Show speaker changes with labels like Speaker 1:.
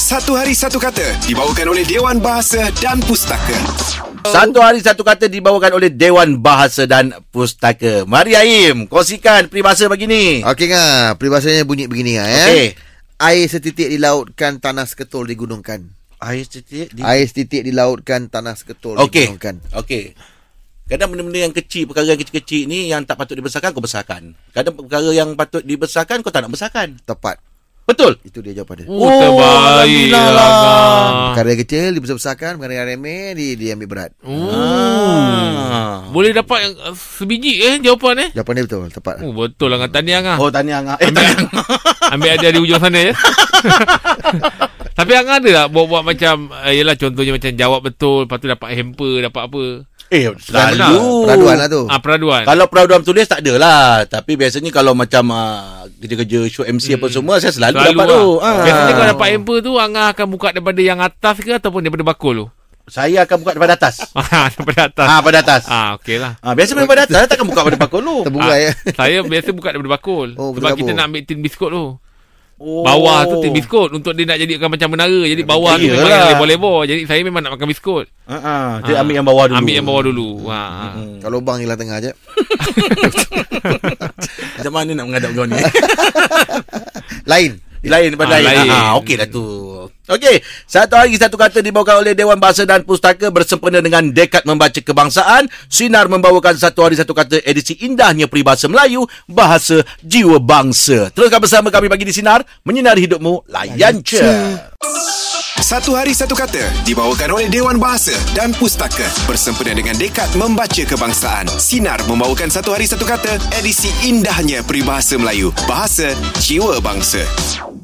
Speaker 1: Satu Hari Satu Kata dibawakan oleh Dewan Bahasa dan Pustaka.
Speaker 2: Satu hari satu kata dibawakan oleh Dewan Bahasa dan Pustaka. Mari Aim, kongsikan peribahasa pagi ni.
Speaker 3: Okey ngah, peribahasanya bunyi begini ngah ya.
Speaker 2: Okey.
Speaker 3: Air setitik dilautkan tanah seketul digunungkan.
Speaker 2: Air setitik di...
Speaker 3: Air setitik dilautkan tanah seketul
Speaker 2: Okey.
Speaker 3: digunungkan.
Speaker 2: Okey. Kadang benda-benda yang kecil, perkara yang kecil-kecil ni yang tak patut dibesarkan, kau besarkan. Kadang perkara yang patut dibesarkan, kau tak nak besarkan.
Speaker 3: Tepat.
Speaker 2: Betul?
Speaker 3: Itu dia jawapan dia.
Speaker 2: Oh, terbaik lah.
Speaker 3: Perkara kecil dibesar-besarkan, perkara yang remeh di, diambil berat.
Speaker 2: Mm. Ah.
Speaker 4: Boleh dapat yang, uh, sebiji eh jawapan eh.
Speaker 3: Jawapan dia betul, tepat.
Speaker 4: Oh, betul lah dengan Tahniah Angah.
Speaker 2: Oh, tanya Angah. Eh, tanya Angah.
Speaker 4: Ambil ada di ujung sana ya. Tapi Angah ada tak buat-buat macam uh, Yelah contohnya macam jawab betul Lepas tu dapat hamper Dapat apa
Speaker 2: Eh, selalu.
Speaker 3: Peraduan lah tu.
Speaker 4: Ah Peraduan
Speaker 2: Kalau peraduan tulis tak adalah. Tapi biasanya kalau macam uh, kerja-kerja show MC apa semua, saya selalu, Hmm. selalu dapat
Speaker 4: lah.
Speaker 2: tu. ah.
Speaker 4: Biasanya kalau dapat hamper tu Angah akan buka daripada yang atas ke Ataupun daripada bakul tu
Speaker 2: Saya akan buka daripada atas.
Speaker 4: Ah, Daripada atas
Speaker 2: Ah, pada atas.
Speaker 4: Ah, okey lah
Speaker 2: Ah, biasa daripada atas takkan buka pada bakul lu.
Speaker 3: Terbuka ya.
Speaker 4: Saya biasa buka daripada bakul
Speaker 3: Oh,
Speaker 4: Sebab
Speaker 3: berkabur.
Speaker 4: kita nak ambil tin biskut tu
Speaker 2: Oh. Ya,
Speaker 4: Bawah tu tin biskut Untuk dia nak jadikan macam menara Jadi bawah tu memang
Speaker 2: iyalah.
Speaker 4: yang lebar-lebar Jadi saya memang nak makan biskut
Speaker 2: Ha ah, dia
Speaker 4: Ah,
Speaker 2: ambil yang bawah dulu.
Speaker 4: Ambil yang bawah dulu ha, ha.
Speaker 3: Kalau bang ialah tengah je.
Speaker 2: Macam mana nak menghadap kau ni?
Speaker 3: Lain.
Speaker 2: lain daripada
Speaker 4: Ah,
Speaker 2: lain.
Speaker 4: lain.
Speaker 2: Ah, okey dah tu. Okey, satu hari satu kata dibawakan oleh Dewan Bahasa dan Pustaka bersempena dengan Dekat Membaca Kebangsaan. Sinar membawakan satu hari satu kata edisi indahnya peribahasa Melayu, bahasa jiwa bangsa. Teruskan bersama kami bagi di Sinar, menyinari hidupmu, layan je.
Speaker 1: Satu Hari Satu Kata dibawakan oleh Dewan Bahasa dan Pustaka bersempena dengan Dekat Membaca Kebangsaan. Sinar membawakan Satu Hari Satu Kata edisi indahnya peribahasa Melayu, bahasa jiwa bangsa.